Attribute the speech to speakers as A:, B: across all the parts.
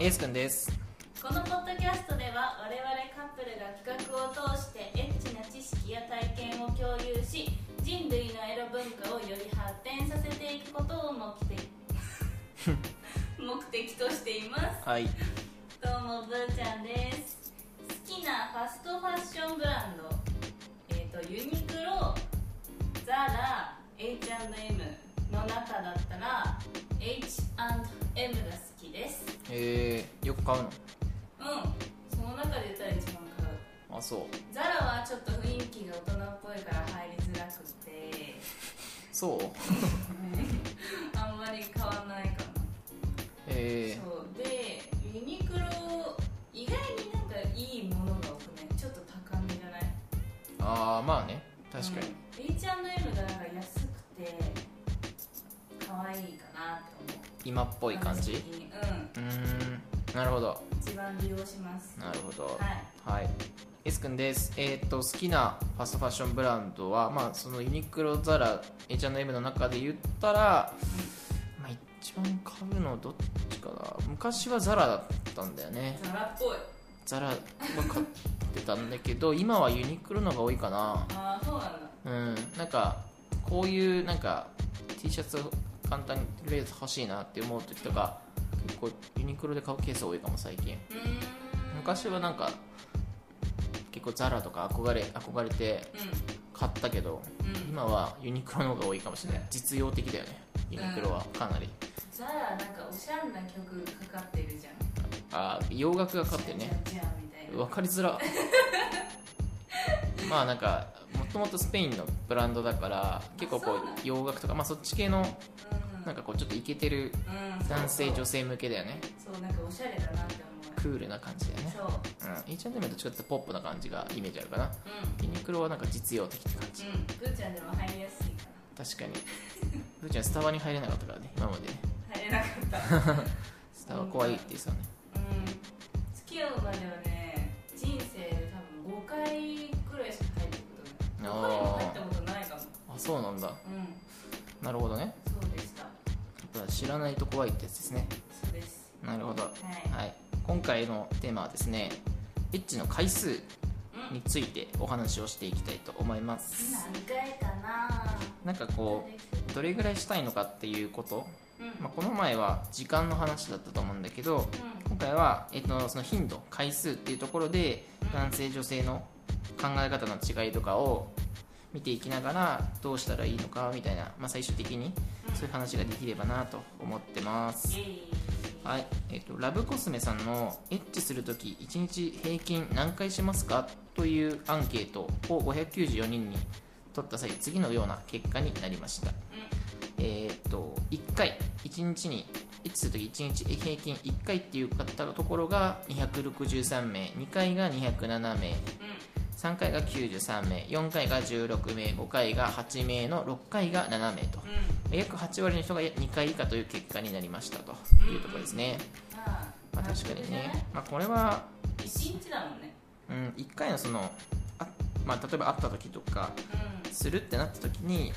A: エース君です
B: このポッドキャストでは我々カップルが企画を通してエッチな知識や体験を共有し人類のエロ文化をより発展させていくことを目的目的としています
A: はい
B: どうもぶーちゃんです好きなファストファッションブランドえっ、とユニクロザラ H&M の中だったら H&M が好きです
A: えー、よく買うの
B: うんその中で言ったら一番買う
A: あそう
B: ザラはちょっと雰囲気が大人っぽいから入りづらくて
A: そう
B: あんまり買わないかな
A: え
B: そうでユニクロ意外になんかいいものが多くないちょっと高めじゃない
A: ー、ああまあね確かに、
B: うん、H&M がなんか安くて可愛いかなって思う
A: 今っぽい感じ
B: 私的にうん
A: うーんなるほど
B: 一番利用します
A: なるほど
B: はい
A: はい、エス君です、えーっと好きなファストファッションブランドは、まあ、そのユニクロザラ H&M の中で言ったら、まあ、一番買うのどっちかな昔はザラだったんだよね
B: ザラっぽい
A: ザラは買ってたんだけど今はユニクロのが多いかな
B: ああそうなんだ
A: うんなんかこういうなんか T シャツを簡単にとりあえず欲しいなって思う時とか結構ユニクロで買うケース多いかも最近
B: うーん
A: 昔はなんか結構ザラとか憧れ憧れて買ったけど
B: うんうん
A: 今はユニクロの方が多いかもしれない実用的だよねユニクロはかなり、
B: ザラなんかおしゃんな曲かかってるじゃん
A: あー洋楽が勝ってね
B: じゃんじゃんじゃんみたいな
A: 分かりづ らまあなんかもともとスペインのブランドだから結構こ
B: あそうなの
A: う洋楽とか、まあ、そっち系の
B: うん
A: なんかこうちょっとイケてる
B: うんそう
A: 男性
B: そう
A: 女性向けだよね
B: そうなんかおしゃれだなって思
A: クールな感じだよね
B: うそう
A: うん H&M はどっちかっていうとポップな感じがイメージあるかな
B: う
A: ユニクロはなんか実用的って感じ
B: んうんぐーちゃんでも入りやすいか
A: 確 かにふーちゃんスタバに入れなかったからね今までね
B: な入れなかった
A: スタバ怖いって言ってたね
B: うん付き合うまではね人生で多分5回くらいしか入ったことない5回も入ったことないかも
A: あそうなんだ
B: うん
A: なるほどね
B: そうでした
A: やっぱ知らないと怖いってやつですね
B: そうです
A: なるほど
B: はい
A: はい今回のテーマはですねエッチの回数
B: うん
A: についてお話をしていきたいと思います
B: 何回かな
A: なんかこうどれぐらいしたいのかっていうこと、
B: うんうん
A: まあ、この前は時間の話だったと思うんだけど今回は、えっと、その頻度回数っていうところで男性女性の考え方の違いとかを見ていきながらどうしたらいいのかみたいな、まあ、最終的に
B: うん
A: そういう話ができればなと思ってます
B: イエイ
A: はいえっとラブコスメさんのエッチするとき1日平均何回しますかというアンケートを594人に取った際次のような結果になりましたえーっと1回1日にエッチするとき1日平均1回っていう方のところが263名2回が207名
B: うんうん
A: 3回が93名4回が16名5回が8名の6回が7名と
B: うん
A: 約8割の人が2回以下という結果になりましたというところですね、
B: ま
A: まあ、確かにね、まあ、これは、
B: 一日だもんね
A: うん、1回のそのあ、まあ、例えば会った時とか
B: う
A: するってなった時に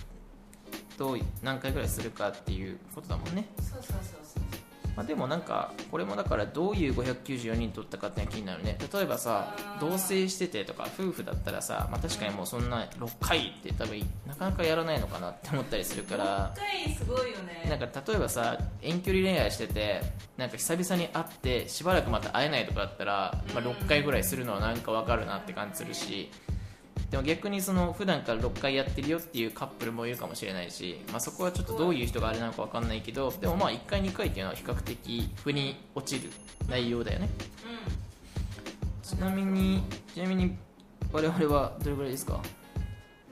A: どう何回ぐらいするかっていうことだもんね
B: んそうそうそうそう
A: まあ、でもなんかこれもだからどういう594人取ったかってのが気になるね例えばさ
B: あー
A: 同棲しててとか夫婦だったらさ、まあ、確かにもうそんな6回って多分なかなかやらないのかなって思ったりするから
B: 6回すごいよね
A: なんか例えばさ遠距離恋愛しててなんか久々に会ってしばらくまた会えないとかだったら、ま
B: う
A: あ、
B: ん
A: 6回ぐらいするのはなんかわかるなって感じするしでも逆にその普段から6回やってるよっていうカップルもいるかもしれないし、まあ、そこはちょっとどういう人があれなのかわかんないけどでもまあ1回2回っていうのは比較的腑に落ちる内容だよね
B: う
A: ちなみにちなみに我々はどれぐらいです
B: ん
A: か
B: ま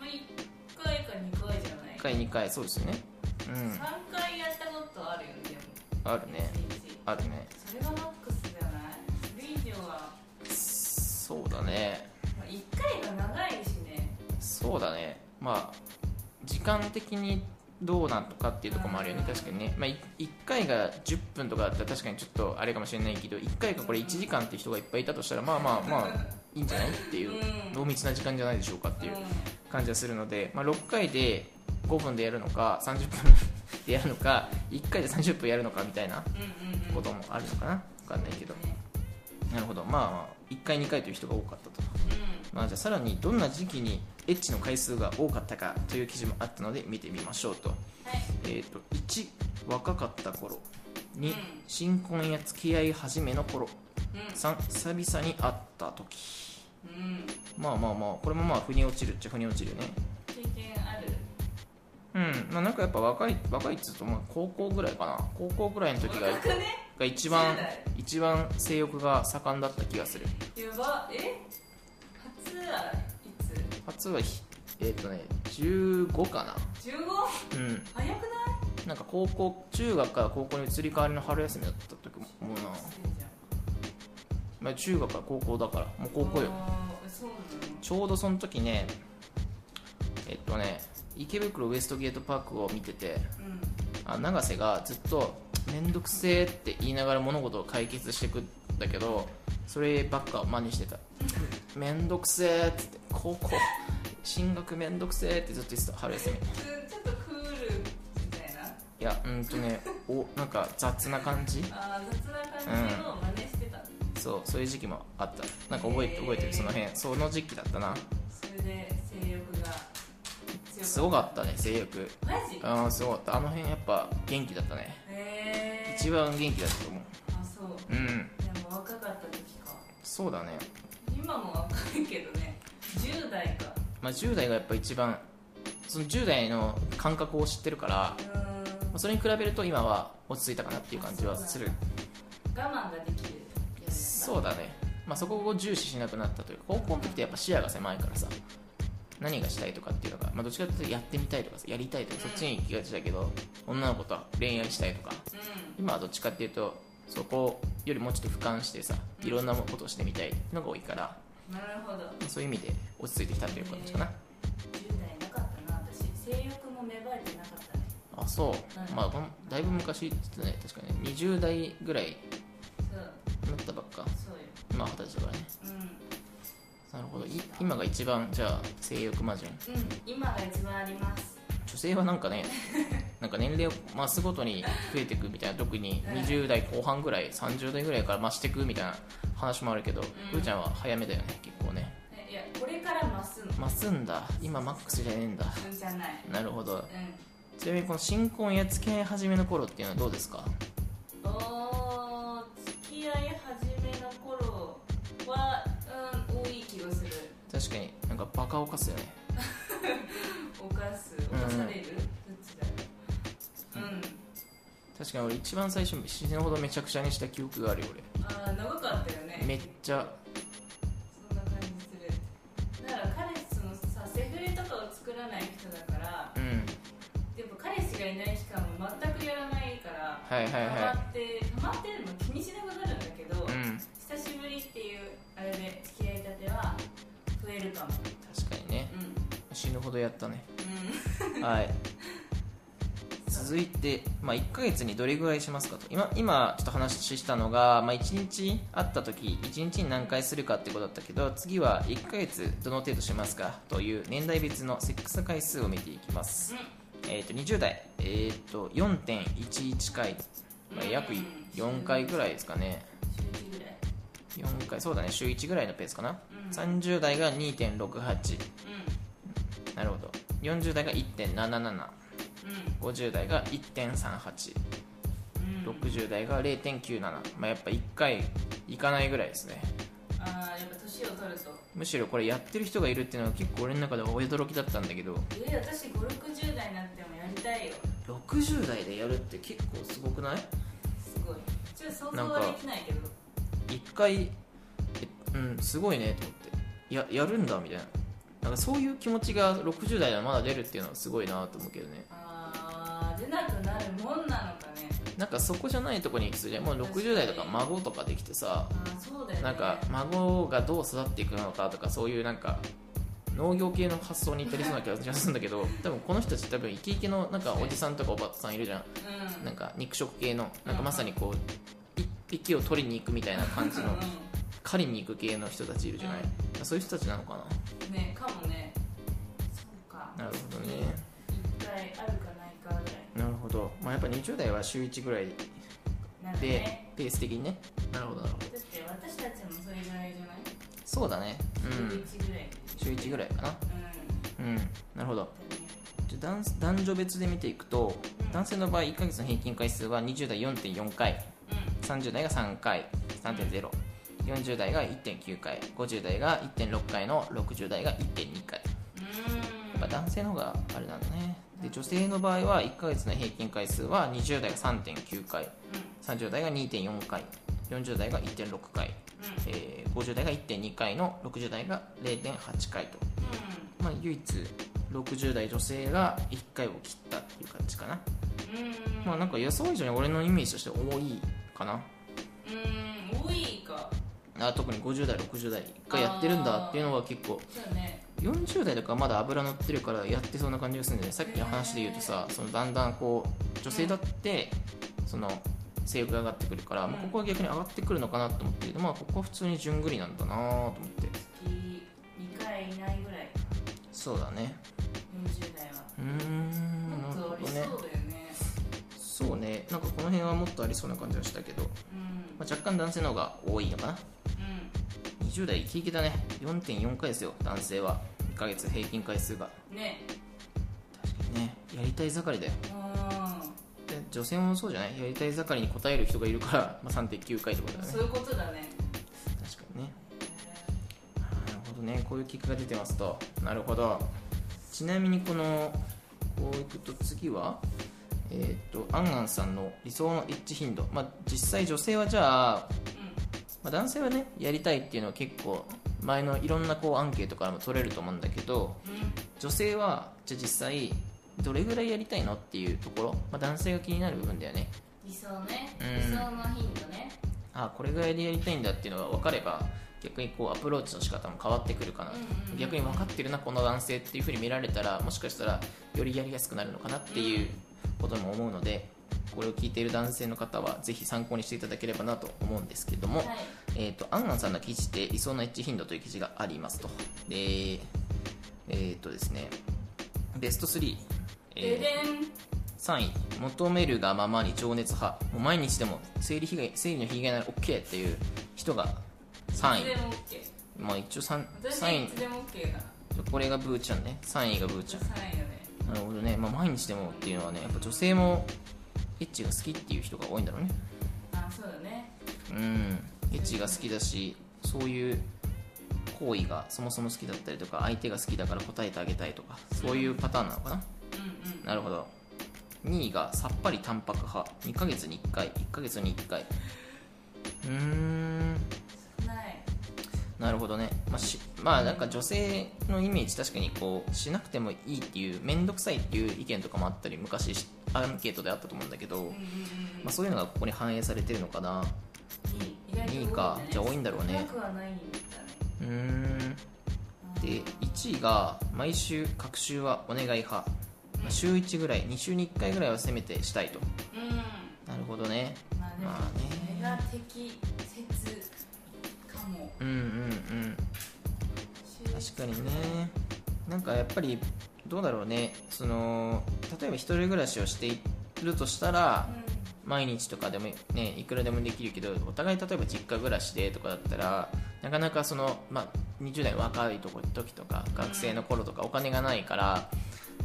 B: あ1回か2回じゃない
A: 1回2回そうですねうん
B: 3回やったことあるよねでも
A: あるね
B: 一日
A: あるね
B: それがマックスじゃないそれ以上は、
A: そうだね
B: まあ、1回が長いしね
A: そうだねまあ時間的にどうなんとかっていうところもあるよね確かにね、まあ、1回が10分とかだったら確かにちょっとあれかもしれないけど1回がこれ1時間って人がいっぱいいたとしたらまあまあまあいいんじゃないっていう
B: うん
A: 濃密な時間じゃないでしょうかっていう
B: うん
A: 感じがするので、まあ、6回で5分でやるのか30分でやるのか1回で30分やるのかみたいな
B: うんうんうん
A: こともあるのかなかんないけど
B: ね
A: なるほどまあ1回2回という人が多かったと
B: う
A: まあじゃあさらにどんな時期にエッチの回数が多かったかという記事もあったので見てみましょうと
B: んはい
A: えっ、と1若かった頃2、
B: うん
A: 新婚や付き合い始めの頃
B: う
A: 3久々に会った時
B: んうん
A: まあまあまあこれもまあ腑に落ちるっちゃ腑に落ちるよね
B: 経験ある
A: うんまあなんかやっぱ若い若いっつうとまあ高校ぐらいかな高校ぐらいの時が
B: 若くね
A: が一番
B: 10代
A: 一番性欲が盛んだった気がする
B: やばえ初はいつ
A: 初はひえっ、とね15か
B: 15?
A: なうん
B: 早くない
A: なんか高校中学から高校に移り変わりの春休みだった時ももうな、まあ、中学から高校だからもう高校よ
B: あーそうなの
A: ちょうどその時ねえっとね池袋ウエストゲートパークを見てて
B: うん
A: あ永瀬がずっと「めんどくせえ」って言いながら物事を解決してくんだけどそればっか真似してた「めんどくせえ」っつって「高校進学めんどくせえ」ってずっと言ってた春休みい
B: ちょっとクールみたいな
A: やうんとねおなんか雑な感じ
B: あー雑な感じを真似してた、
A: そうそういう時期もあったなんか覚えて覚えてるその辺その時期だったな
B: それで性欲が強かった
A: すごかったね性欲
B: マジ
A: うんすごかったあの辺やっぱ元気だったね
B: へえ
A: 一番元気だったと思う
B: あそう
A: うん
B: でも若かった時か
A: そうだね
B: 今も若いけどね10代か
A: まあ、10代がやっぱ一番その10代の感覚を知ってるから、ま
B: うーん
A: あそれに比べると今は落ち着いたかなっていう感じはする
B: 我慢ができるようになった
A: そうだね、まあ、そこを重視しなくなったというか高校の時ってやっぱ視野が狭いからさ何がしたいとかっていうのが、まあ、どっちかというとやってみたいとかさやりたいとかそっちに行きがちだけど女の子とは恋愛したいとか
B: う
A: 今はどっちかっていうとそこよりもうちょっと俯瞰してさいろんなことをしてみたいのが多いから
B: んなるほど
A: まあそういう意味で落ち着いてきたという感じかな
B: 10代なかったな私性欲も芽生えてなかったね
A: あそう、
B: うん
A: まあほんだいぶ昔って言ってね確かね20代ぐらい
B: そう
A: になったばっか
B: そうよ
A: 今二十歳だからね
B: う
A: なるほどい今が一番じゃあ性欲魔人
B: ん、うん、今が一番あります
A: 女性はなんかねなんか年齢を増すごとに増えていくみたいな特に20代後半ぐらい30代ぐらいから増していくみたいな話もあるけど、ふーちゃんは早めだよね結構ね
B: えいやこれから増すの
A: 増すんだ今マックスじゃねえんだ
B: うんじゃない
A: なるほど
B: う
A: ちなみにこの新婚や付き合い始めの頃っていうのはどうですか
B: んおー付き合い始めの頃はうん多い気がする
A: 確かになんかバカをかすよね
B: 犯す犯される、どっちだろううん
A: 確かに俺一番最初死ぬほどめちゃくちゃにした記憶があるよ
B: ああ長かったよね
A: 俺めっちゃ
B: そんな感じするだから彼氏そのさセフレとかを作らない人だから
A: うん
B: でも彼氏がいない期間も全くやらないから
A: はいはい
B: ハ
A: は
B: マってハマってるのも気にしなくなるんだけど、
A: いうん
B: 久しぶりっていうあれで付き合いたては増えるかも
A: 確かにね
B: うん
A: 死ぬほどやったね
B: う
A: はい続いて、まあ、1ヶ月にどれぐらいしますかと今今ちょっと話したのが、まあ、1日会った時1日に何回するかってことだったけど次は1ヶ月どの程度しますかという年代別のセックス回数を見ていきます、えー、と20代、えー、と4.11回、まあ、約4回ぐらいですかね
B: ん週1ぐらい
A: 4回そうだね週1ぐらいのペースかな、
B: うん
A: 30代が2.68
B: う
A: なるほど40代が1.7750
B: ん
A: 代が1.3860
B: うんうん
A: 代が0.97まあやっぱ1回いかないぐらいですね
B: ああやっぱ年を取ると
A: むしろこれやってる人がいるっていうのは結構俺の中では驚きだったんだけど
B: え私560代になってもやりたいよ
A: 60代でやるって結構すごくない
B: すごいちょっと想像はできないけど
A: ?1 回えうんすごいねと思ってややるんだみたいななんかそういう気持ちが60代ではまだ出るっていうのはすごいなと思うけどね
B: あー出なくなるもんなのかね
A: なんかそこじゃないとこに行きそうじゃんもう60代とか孫とかできてさ
B: あーそうだよね
A: なんか孫がどう育っていくのかとかそういうなんか農業系の発想に至りそうな気がするんだけど多分この人たち多分イケイケのなんかおじさんとかおばさんいるじゃ
B: うん
A: んなんか肉食系のなんかまさにこう一匹を取りに行くみたいな感じの
B: う
A: 狩りに行く系の人たちいるじゃないそういう人たちなのか
B: んねかもねそうか
A: ななるほどね
B: 一回あるかないかぐらい
A: なるほど、まあ、やっぱ20代は週1ぐらい
B: ななる
A: で
B: ね
A: ペース的にねなるほどなるほど
B: だって私たちもそれぐらいじゃない
A: そうだねうん
B: 週1ぐらい
A: 週1ぐらいかな
B: うん
A: うんなるほどじゃあ男男女別で見ていくと
B: うん
A: 男性の場合1ヶ月の平均回数は20代4.4回
B: う
A: 30代が3回3.040代が1.9回50代が1.6回の60代が1.2回やっぱ
B: ん
A: 男性の方があれなんだねで
B: うん
A: 女性の場合は1ヶ月の平均回数は20代が3.9回30代が2.4回40代が1.6回、えー50代が1.2回の60代が0.8回と、まあ、唯一60代女性が1回を切ったっていう感じかな、
B: うんうんうんうん
A: まあなんか予想以上に俺のイメージとして多いかな
B: うん多いか
A: あ特に50代60代がやってるんだっていうのは結構
B: そうね
A: 40代とかまだ油乗ってるからやってそうな感じがするんだよねさっきの話で言うとさそのだんだんこう女性だってその性欲が上がってくるから、まあ
B: うん
A: ここは逆に上がってくるのかなと思ってでまあここは普通に順繰りなんだなと思って
B: 月2回いないぐらい
A: そうだね
B: 40代は
A: うーん
B: も
A: な
B: っ
A: る
B: とあ
A: ほ
B: りそう
A: どね
B: だよね
A: そうねなんかこの辺はもっとありそうな感じがしたけど、ま
B: うん
A: あ、若干男性の方が多いのかな20代イケイケだね4.4回ですよ男性は1ヶ月平均回数が
B: うんね
A: 確かにねやりたい盛りだよ
B: う
A: で女性もそうじゃないやりたい盛りに応える人がいるから、 まあ、3.9回ってことだ
B: ん
A: ね
B: そういうことだね
A: 確かにねあーなるほどねこういう結果が出てますとなるほどちなみにこのこういくと次はえーっとアンアンさんの理想のエッチ頻度まあ実際女性はじゃあ、まあ、男性はねやりたいっていうのは結構前のいろんなこうアンケートからも取れると思うんだけど
B: うんうん
A: 女性はじゃあ実際どれぐらいやりたいのっていうところ、まあ、男性が気になる部分だよね
B: 理想ね
A: うん
B: 理想の頻度ね
A: あこれぐらいでやりたいんだっていうのが分かれば逆にこうアプローチの仕方も変わってくるかなと、
B: うんうん
A: 逆に分かってるなこの男性っていうふうに見られたらもしかしたらよりやりやすくなるのかなっていうことも思うのでこれを聞いている男性の方はぜひ参考にしていただければなと思うんですけども、
B: はい
A: えー、とアンアンさんの記事で理想のエッジ頻度という記事がありますとでえー、とですねベスト3、えー
B: ででん
A: 3位求めるがままに情熱派もう毎日でも生理被害生理の被害なら OK っていう人が
B: いつ
A: 3
B: で
A: 位
B: も OK
A: まあ一応 3,
B: 私
A: 3
B: はい
A: 位
B: つでも OK だ
A: これがブーちゃんね3位がブーちゃ
B: 3位だね
A: んなるほどね、まあ、毎日でもっていうのはねやっぱ女性もエッチが好きっていう人が多いんだろうね
B: あそうだね
A: うんエッチが好きだしそういう行為がそもそも好きだったりとか相手が好きだから答えてあげたいとかそういうパターンなのかな
B: うんうん
A: なるほど2位がさっぱりタンパク派2ヶ月に1回1ヶ月に1回うーん
B: ない
A: なるほどねまあしまあなんか女性のイメージ確かにこうしなくてもいいっていう面倒くさいっていう意見とかもあったり昔しアンケートであったと思うんだけ
B: う
A: ど
B: ん、うんうん
A: まあ、そういうのがここに反映されてるのかない
B: い意外と多い
A: 2
B: ん
A: 位
B: だ
A: か
B: ね
A: じゃあ多いんだろう
B: な
A: ね
B: くはないんだね
A: うーんで1位が毎週隔週はお願い派、まあ、週1ぐらい2週に1回ぐらいはせめてしたいと
B: うん
A: なるほどね
B: まあでも
A: まあね
B: メガ的説かも
A: うんうんうん確かにねなんかやっぱりどうだろうねその例えば一人暮らしをしているとしたら毎日とかでもねいくらでもできるけどお互い例えば実家暮らしでとかだったらなかなかその、まあ、20代の若いとこ時とか学生の頃とかお金がないから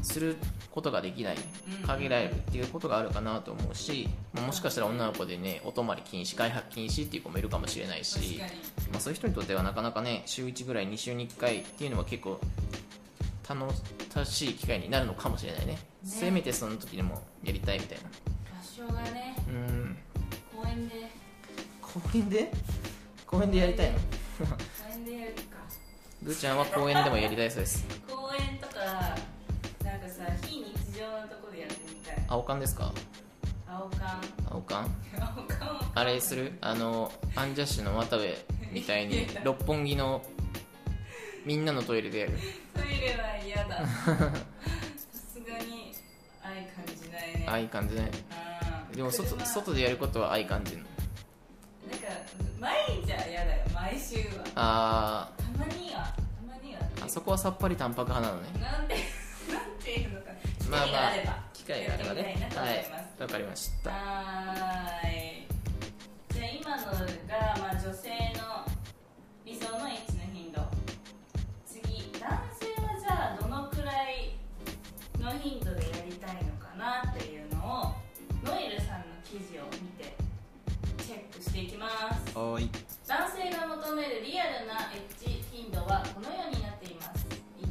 A: することができない
B: うん
A: 限られるっていうことがあるかなと思うしまあもしかしたら女の子でねお泊まり禁止開発禁止っていう子もいるかもしれないし
B: 確かに
A: まあ、そういう人にとってはなかなかね週1ぐらい2週に1回っていうのは結構楽しい機会になるのかもしれないねせめてその時でもやりたいみたいな
B: 場所がね
A: うん
B: 公園で
A: 公園で公園でやりたいの
B: 公園でやるか
A: ぐーちゃんは公園でもやりたいそうです
B: 公園とかなんかさ非日常のとこでやってみたい
A: 青缶ですか
B: 青缶
A: 青缶
B: 青缶を
A: あれするあのアンジャッシュの渡部みたいに六本木のみんなのトイレでやる
B: トイレは嫌ださすがに愛感じないね
A: ああいい感じね
B: うん
A: でも外
B: 車
A: 外でやることはああいい感じの
B: なんか毎日は嫌だよ毎週は
A: あ
B: たまにはたまには
A: ーあそこはさっぱりタンパク派なのね
B: なんてなんていうのか機
A: まあ
B: 会が
A: まあ
B: あれば
A: 機会があれば
B: やって
A: ね
B: みたいなと思います
A: はいわかりました
B: はーい記事を見てチェックしていきます
A: おーい
B: 男性が求めるリアルなエッジ頻度はこのようになっています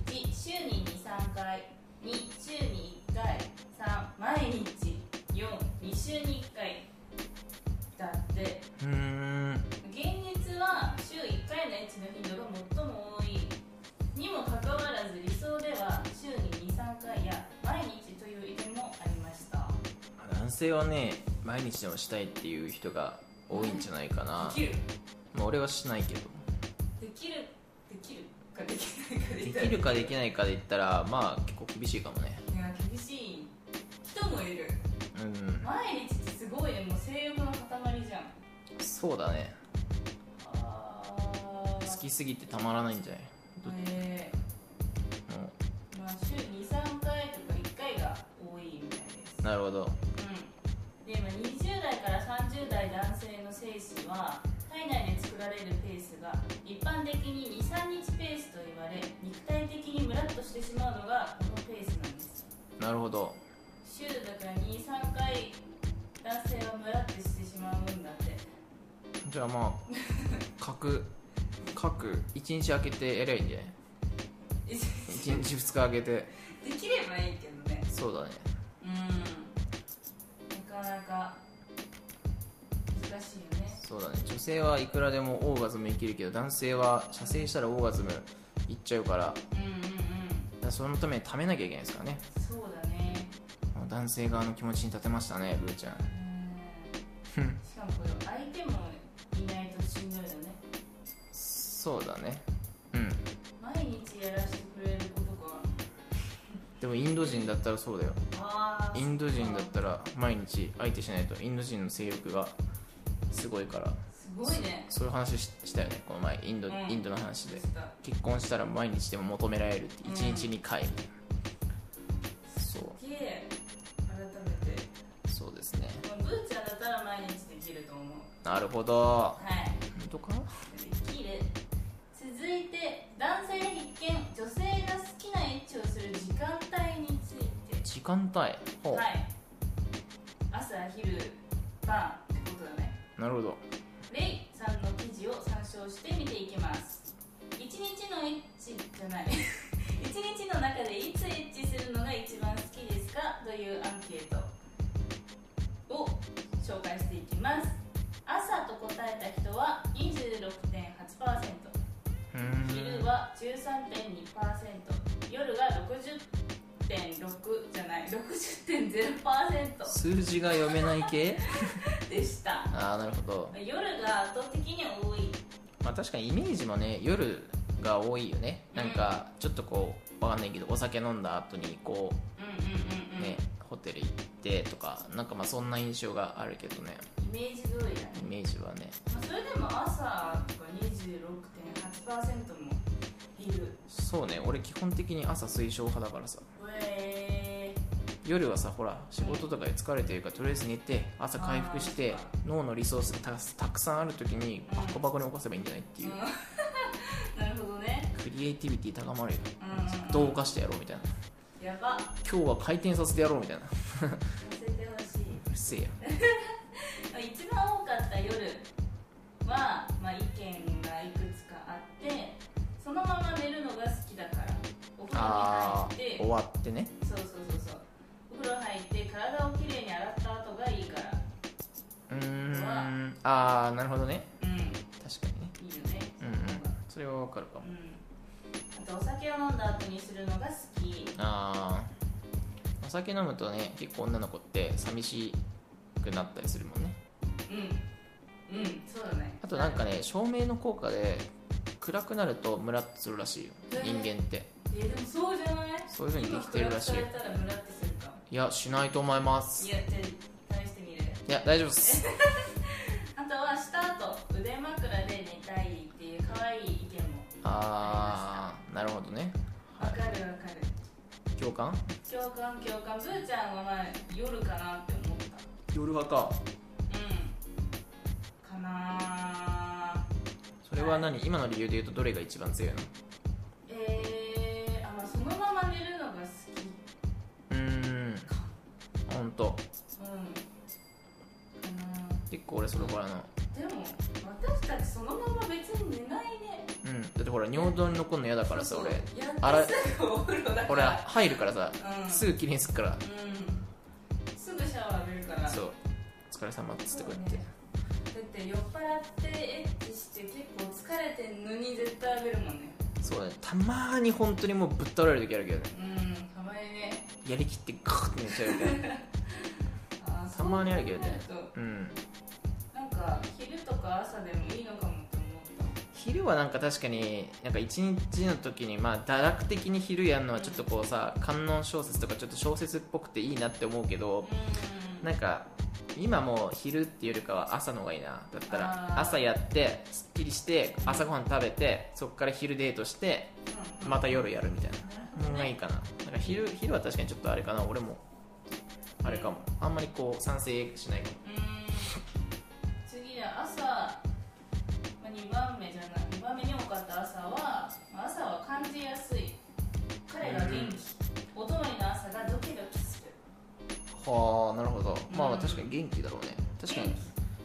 B: 1週に23回2週に1回3毎日42週に1回だって
A: うーん
B: 現実は週1回のエッチの頻度が最も多いにもかかわらず理想では週に23回や毎日という意見もありました
A: 男性はね毎日でもしたいっていう人が多いんじゃないかな
B: できる
A: まあ俺はしないけど
B: できるできるかできないかで
A: で
B: き
A: きるかできないかで言ったらまあ結構厳しいかもね
B: いや厳しい人もいる
A: うん
B: 毎日ってすごいねもう性欲の塊じゃん
A: そうだね
B: あー
A: 好きすぎてたまらないんじゃない
B: え
A: も
B: ーまあ週23回とか1回が多いみたいです
A: うなるほど
B: うんで今20代から30代男性の精子は体内で作られるペースが一般的に23日ペースと言われ肉体的にムラっとしてしまうのがこのペースなんです
A: なるほど
B: 週だから23回男性はムラっとしてしまうんだって
A: じゃあまあ各各1日空けてやりゃいいんじゃない
B: え
A: 1日2日空けて
B: できればいいけどね
A: そうだね
B: うんなかなか難しいよね
A: そうだね女性はいくらでもオーガズムいけるけど男性は射精したらオーガズムいっちゃうからだか
B: うんうんうん
A: らそのために貯めなきゃいけないですからね
B: そうだね
A: 男性側の気持ちに立てましたねブーちゃん
B: うんしかもこれ相手もいないとしんどいよね
A: そうだねうん
B: 毎日やらせてくれることか
A: でもインド人だったらそうだよ
B: あー
A: インド人だったら毎日相手しないとインド人の性欲がすごいから
B: すごいね
A: そういう話ししたよねこの前インド,、
B: うん
A: インドの話で
B: した
A: 結婚したら毎日でも求められるって
B: うん
A: 1日2回、そう
B: すげえ改めて
A: そうですね
B: まあブーちゃんだったら毎日できると思う
A: なるほど
B: はい
A: 本当か
B: できる続いて男性必見女性が好きなエッチをする時間帯について
A: 時間帯ほう、
B: はい朝昼晩ってことだね
A: なるほど
B: レイさんの記事を参照して見ていきます1日のエッチじゃない 一日の中でいつエッチするのが一番好きですかというアンケートを紹介していきます朝と答えた人は26.8%
A: うー
B: 昼
A: ん
B: は13.2%夜が60.6じゃない60.0%
A: 数字が読めない系
B: でした
A: ああなるほど
B: 夜が圧倒的に多い
A: まあ確かにイメージもね夜が多いよねなんかちょっとこうわかんないけどお酒飲んだ後にこ
B: うんうん
A: う
B: うんうん、
A: ね、ホテル行ってとかなんかまあそんな印象があるけどね
B: イメージ通りだね
A: イメージはね
B: まあそれでも朝とか26.8%もいる
A: そうね俺基本的に朝推奨派だからさ
B: うえ
A: 夜はさほら仕事とかで疲れてるからとりあえず寝て朝回復して
B: あーそっ
A: 脳のリソースがたたくさんある時に
B: うん
A: バコバコに起こせばいいんじゃないって
B: ー
A: い
B: う
A: う、
B: ん なるほどね
A: クリエイティビティ高まるよ
B: うん
A: どうかしてやろうみたいな
B: やばさ
A: 今日は回転させてやろうみたいなう
B: せてほしい
A: るせえや
B: 一番多かった夜は、まあ、意見がいくつかあってそのまま寝るのが好きだからお風呂
A: あ
B: に入
A: ー
B: っ
A: 終
B: て
A: わってね
B: そうそうそうそうお風呂入って体をきれいに洗った後がいいから
A: うーんああなるほどね
B: うんいいよ
A: 確かにね
B: ね
A: うんうんそれはわかるかも
B: うんあとお酒を飲んだ後にするのが好き
A: あーお酒飲むとね結構女の子って寂しくなったりするもんね
B: うんうんそうだね
A: あとなんかね照明の効果で暗くなるとムラっとするらしいよ
B: へー
A: 人間って
B: えーでもそうじゃない
A: そういう風にできてるらしい
B: 今暗くされたらムラってするか
A: いやしないと思います
B: いやじゃあ試してみる
A: いや大丈夫っす
B: あとは下と腕枕で寝たいっていう可愛い意見も
A: あーなるほどね
B: わかるわかる
A: 共感
B: 共感共感ブーちゃんはまあ夜かなって思った
A: 夜派か
B: うんかなー
A: それは何今の理由で言うとどれが一番強いの
B: えー、あまあそのまま寝るのが好き
A: うーん
B: か
A: ほんと
B: うん
A: 構俺それほらあの、
B: でも私たちそのまま別に寝ないね
A: うん、だってほら尿道に残るの嫌だからさ
B: そう
A: 俺
B: そうやって
A: 洗い
B: すぐお風呂だから
A: 俺入るからさ
B: うん
A: すぐきれいにするから
B: うんすぐシャワー浴びるから
A: そうお疲れ様っつってこうやって
B: そうねだって酔っ払ってエッチして結構疲れてんのに絶対浴びるもんね
A: そうだねたまーに本当にもうぶっ倒れる時あるけどね
B: うんたまにね
A: やりきってガーって寝ちゃうみたいな
B: あー
A: たまにあるけどね
B: そう考
A: うん
B: えるとなんか昼とか朝でもいいのかもと思っ
A: 昼はなんか確かになんか一日の時にまあ堕落的に昼やるのはちょっとこうさ観音小説とかちょっと小説っぽくていいなって思うけど
B: たうん
A: なんか今もう昼っていうよりかは朝の方がいいなだった
B: あ
A: ら
B: ー
A: 朝やってすっきりして朝ごはん食べてそっから昼デートして
B: うん
A: また夜やるみたい
B: なる
A: な
B: ほ
A: の
B: ど
A: が
B: ね
A: いいかななんか昼昼は確かにちょっとあれかな俺もあれかもあんまりこう賛成しないかも
B: うーん次は朝、まあ、2番目じゃない2番目に多かった朝は、まあ朝は感じやすい彼が元気、おとりの朝がドキドキする
A: はあなるほどま
B: う
A: あ
B: ん
A: 確かに元気だろうね確かに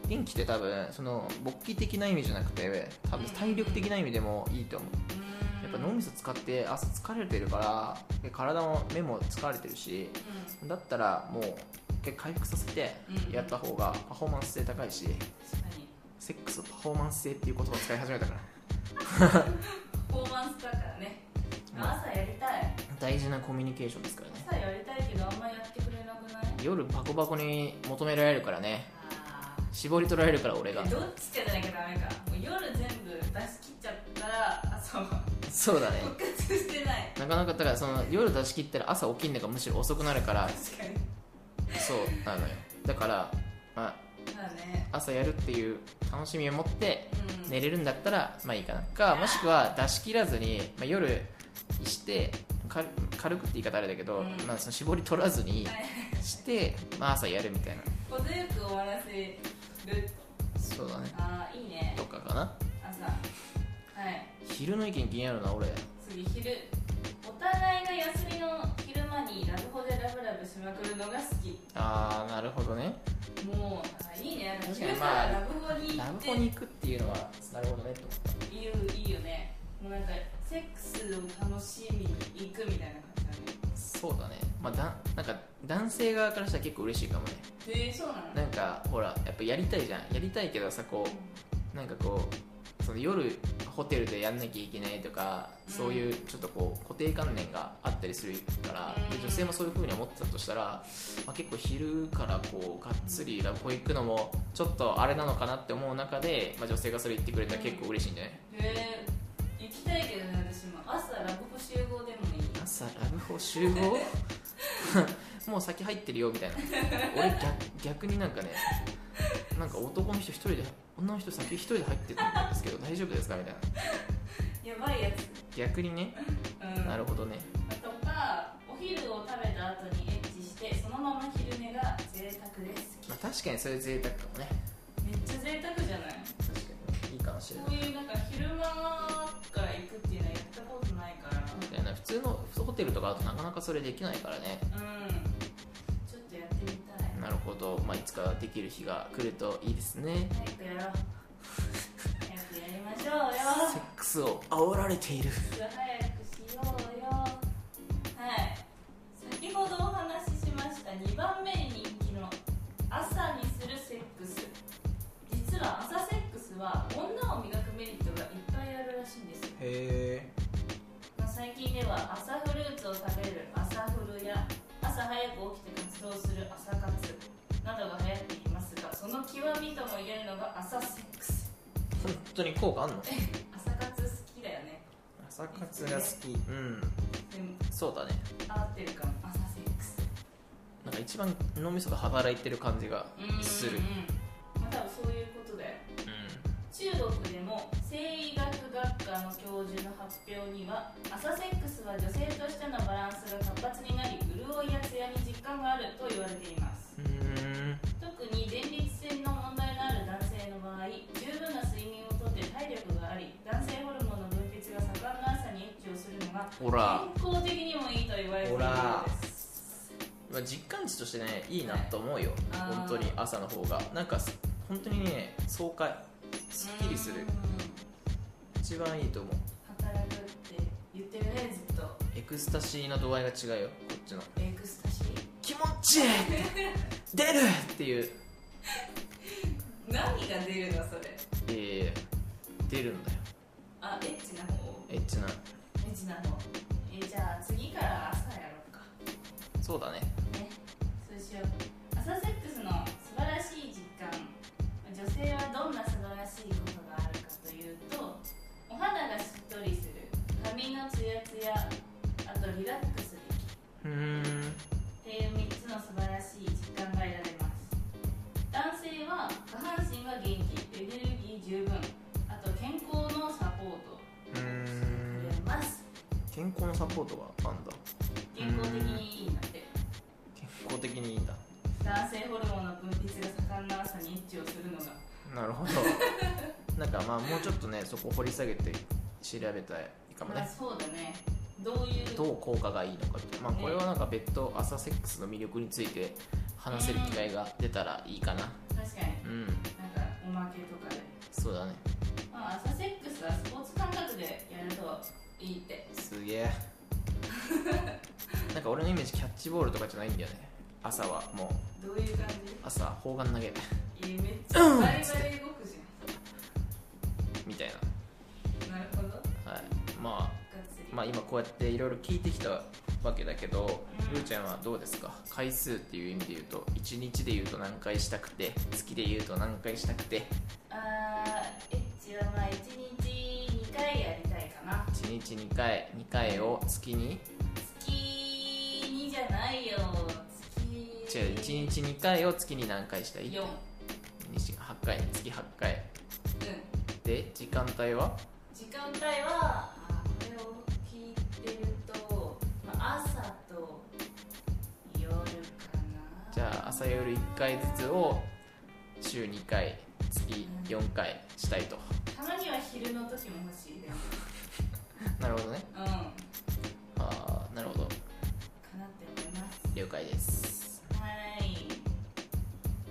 B: 元
A: 元気って多分その勃起的な意味じゃなくて多分体力的な意味でもいいと思う
B: 気うーん
A: やっぱ脳みそ使って朝疲れてるからで体も目も疲れてるし
B: う
A: だったらもう一回回復させて
B: うん
A: やった方がパフォーマンス性高いし
B: ん確かに
A: セックスパフォーマンス性っていう言葉を使い始めたから
B: パフォーマンスだからね、
A: ま
B: 朝やりたい
A: 大事なコミュニケーションですからね
B: 朝やりたいけどあんまやってくれなくない
A: 夜バコバコに求められるからね
B: あ
A: 絞り取られるから俺が
B: ーどっちかじゃなきゃダメかもう夜全部出し切っちゃったら朝は
A: そうだね
B: 復活してない
A: なかなかだからその夜出し切ったら朝起きるのがむしろ遅くなるから
B: 確かに
A: そうなのよだから、ま
B: だね
A: あ、朝やるっていう楽しみを持って
B: うん
A: 寝れるんだったらまあいいかなかもしくは出し切らずに、まあ、夜してか軽くって言い方あれだけど、
B: うん
A: まあ、その絞り取らずに
B: はい
A: して、まあ、朝やるみたいな
B: 程よく終わらせる
A: そうだね
B: ああいいね
A: とかかな
B: 朝はい
A: 昼の意見気になるな俺
B: 次昼お互いが休みの昼間にラブホでラブラブしまくるのが好き
A: ああなるほどね
B: もうあいいね
A: 確かに
B: 昼か
A: まあ
B: らラブホに行
A: ラ
B: っ
A: ブ
B: て
A: ホに行くっていうのはなるほどねと思った
B: いいいいよねもうなんかセックスを楽しみに行くみたいな感じだね
A: そうだねまあだなんか男性側からしたら結構嬉しいかもね
B: えー、そうなの
A: なんかほらやっぱやりたいじゃんやりたいけどさこうなんかこうその夜ホテルでやんなきゃいけないとか
B: うん
A: そういうちょっとこう固定観念があったりするから
B: うん
A: で女性もそういう風に思ってたとしたら、まあ、結構昼からこうがっつりラブホ行くのもちょっとあれなのかなって思う中で、まあ、女性がそれ言ってくれたら結構嬉しいんじゃない
B: えー、行きたいけどね私も朝ラブホ集合でもいい
A: 朝ラブホ集合 もう先入ってるよみたいな俺逆逆になんかねなんか男の人一人で女の人先一人で入ってるんですけど大丈夫ですかみたいな
B: やばいやつ
A: 逆にね
B: うん
A: なるほどね
B: とかお昼を食べた後にエッチしてそのまま昼寝が贅沢です
A: まあ確かにそれ贅沢かもね
B: めっちゃ贅沢じゃない
A: 確かにいいかもしれ
B: そ
A: な
B: う
A: い
B: いうなんか昼間から行くっていうのはやったことないから
A: みたいな普通のホテルとかだとなかなかそれできないからね
B: うんちょっとやってみたい
A: なるほど、まあ、いつかできる日が来るといいですね
B: 早くやろう早くやりましょうよ
A: セックスを煽られている
B: 早くしようよはい先ほどお話ししました2番目に人気の朝にするセックス実は朝セックスは女を磨くメリットがいっぱいあるらしいんですよ、
A: へえ
B: まあ、最近では朝フルーツを食べる朝フルや朝早く起きて活動する朝活などが流行っていますがその極みとも言えるのが朝セックス
A: 本当に効果あんの
B: 朝活好きだよね
A: 朝活が好きうん
B: でも
A: そうだね
B: 合ってるかも朝セックス
A: なんか一番脳みそが働いてる感じがする
B: うんうんうん、まあ多分そういうことだよ
A: う
B: 中国でも生医学学科の教授の発表には朝セックスは女性としてのバランスが活発になり潤いや艶に実感があると言われています
A: んうん
B: 特に前立腺の問題のある男性の場合十分な睡眠をとって体力があり男性ホルモンの分泌が盛んな朝にエッチをするのが
A: ほら、
B: 健康的にもいいと言われている
A: ほ
B: ん
A: ら
B: です
A: まあ、実感値としてねいいなと思うよ
B: あー
A: 本当に朝の方がなんか本当にね爽快すっきりする一番いいと思う
B: 働くって言ってるねずっと
A: エクスタシーの度合いが違うよこっちの
B: エクスタシ
A: 気持ちいい 出るっていう、
B: ー何が出るのそれ
A: えー、出るんだよ
B: あエッチな方
A: エッチな
B: エッチな方えじゃあ次から朝やろうか
A: そうだね
B: ねそうしよう朝セックスの素晴らしい実感女性はどんな素晴らしいことがあるかというとお肌がしっとりする髪のツヤツヤあとリラックスできる
A: うーん
B: っていう3つの素晴らしい実感が得られます男性は下半身が元気エネルギー十分あと健康のサポート
A: う
B: く
A: ーん
B: れます
A: 健康のサポートがあんだ
B: 健康的にいいんだって
A: 健康的にいいんだ
B: 男性ホルモンの分泌が盛んな朝にエッチをするのが
A: なるほど なんかまあもうちょっとねそこ掘り下げて調べたいかも
B: まあ
A: ね
B: そうだねどういう
A: どう効果がいいのかみたいな、まあ、これはなんか別途朝セックスの魅力について話せる機会が出たらいいかな
B: 確かに
A: うん
B: なんかおまけとかで、
A: そうだね
B: まあ、朝セックスはスポーツ感覚でやるといいって
A: すげえ なんか俺のイメージキャッチボールとかじゃないんだよね朝はもう
B: どういう感
A: 朝砲丸投げ
B: じえめっちゃバリバリ動くじ
A: みたい
B: ゃんなるほどがっ
A: な、はい、まあ
B: つり
A: まあ今こうやっていろいろ聞いてきたわけだけど
B: うん
A: ルーちゃんはどうですか回数っていう意味で言うと1日で言うと何回したくて月で言うと何回したくて
B: あーエッチはまあ1日2回やりたいかな
A: 1日2回2回を月に
B: 月2じゃないよ月
A: 違う1日2回を月に何回したい
B: 4
A: 2 8回月8回
B: うん
A: で時間帯は
B: 時間帯はあこれを聞いてると、まあ、朝と夜かな
A: じゃあ朝夜1回ずつを週2回月4回したいと
B: たまには昼の時も欲しいです
A: なるほどね
B: うんかなって
A: ああなるほど
B: 思います
A: 了解です
B: はーい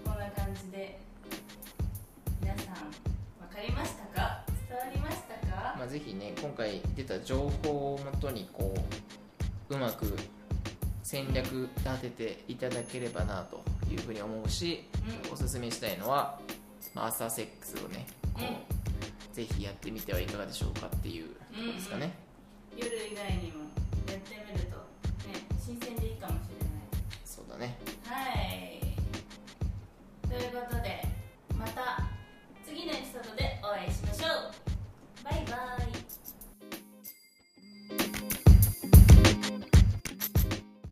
B: こんな感じで皆さん分かりましたか伝わりましたか
A: まあ、ぜひね今回出た情報をもとにこううまく戦略立てていただければなというふうに思うし
B: うん
A: おすすめしたいのは、まあ、アーサーセックスをねこ
B: う
A: う、ぜひやってみてはいかがでしょうかっていうところですかね、
B: 夜以外にもやってみる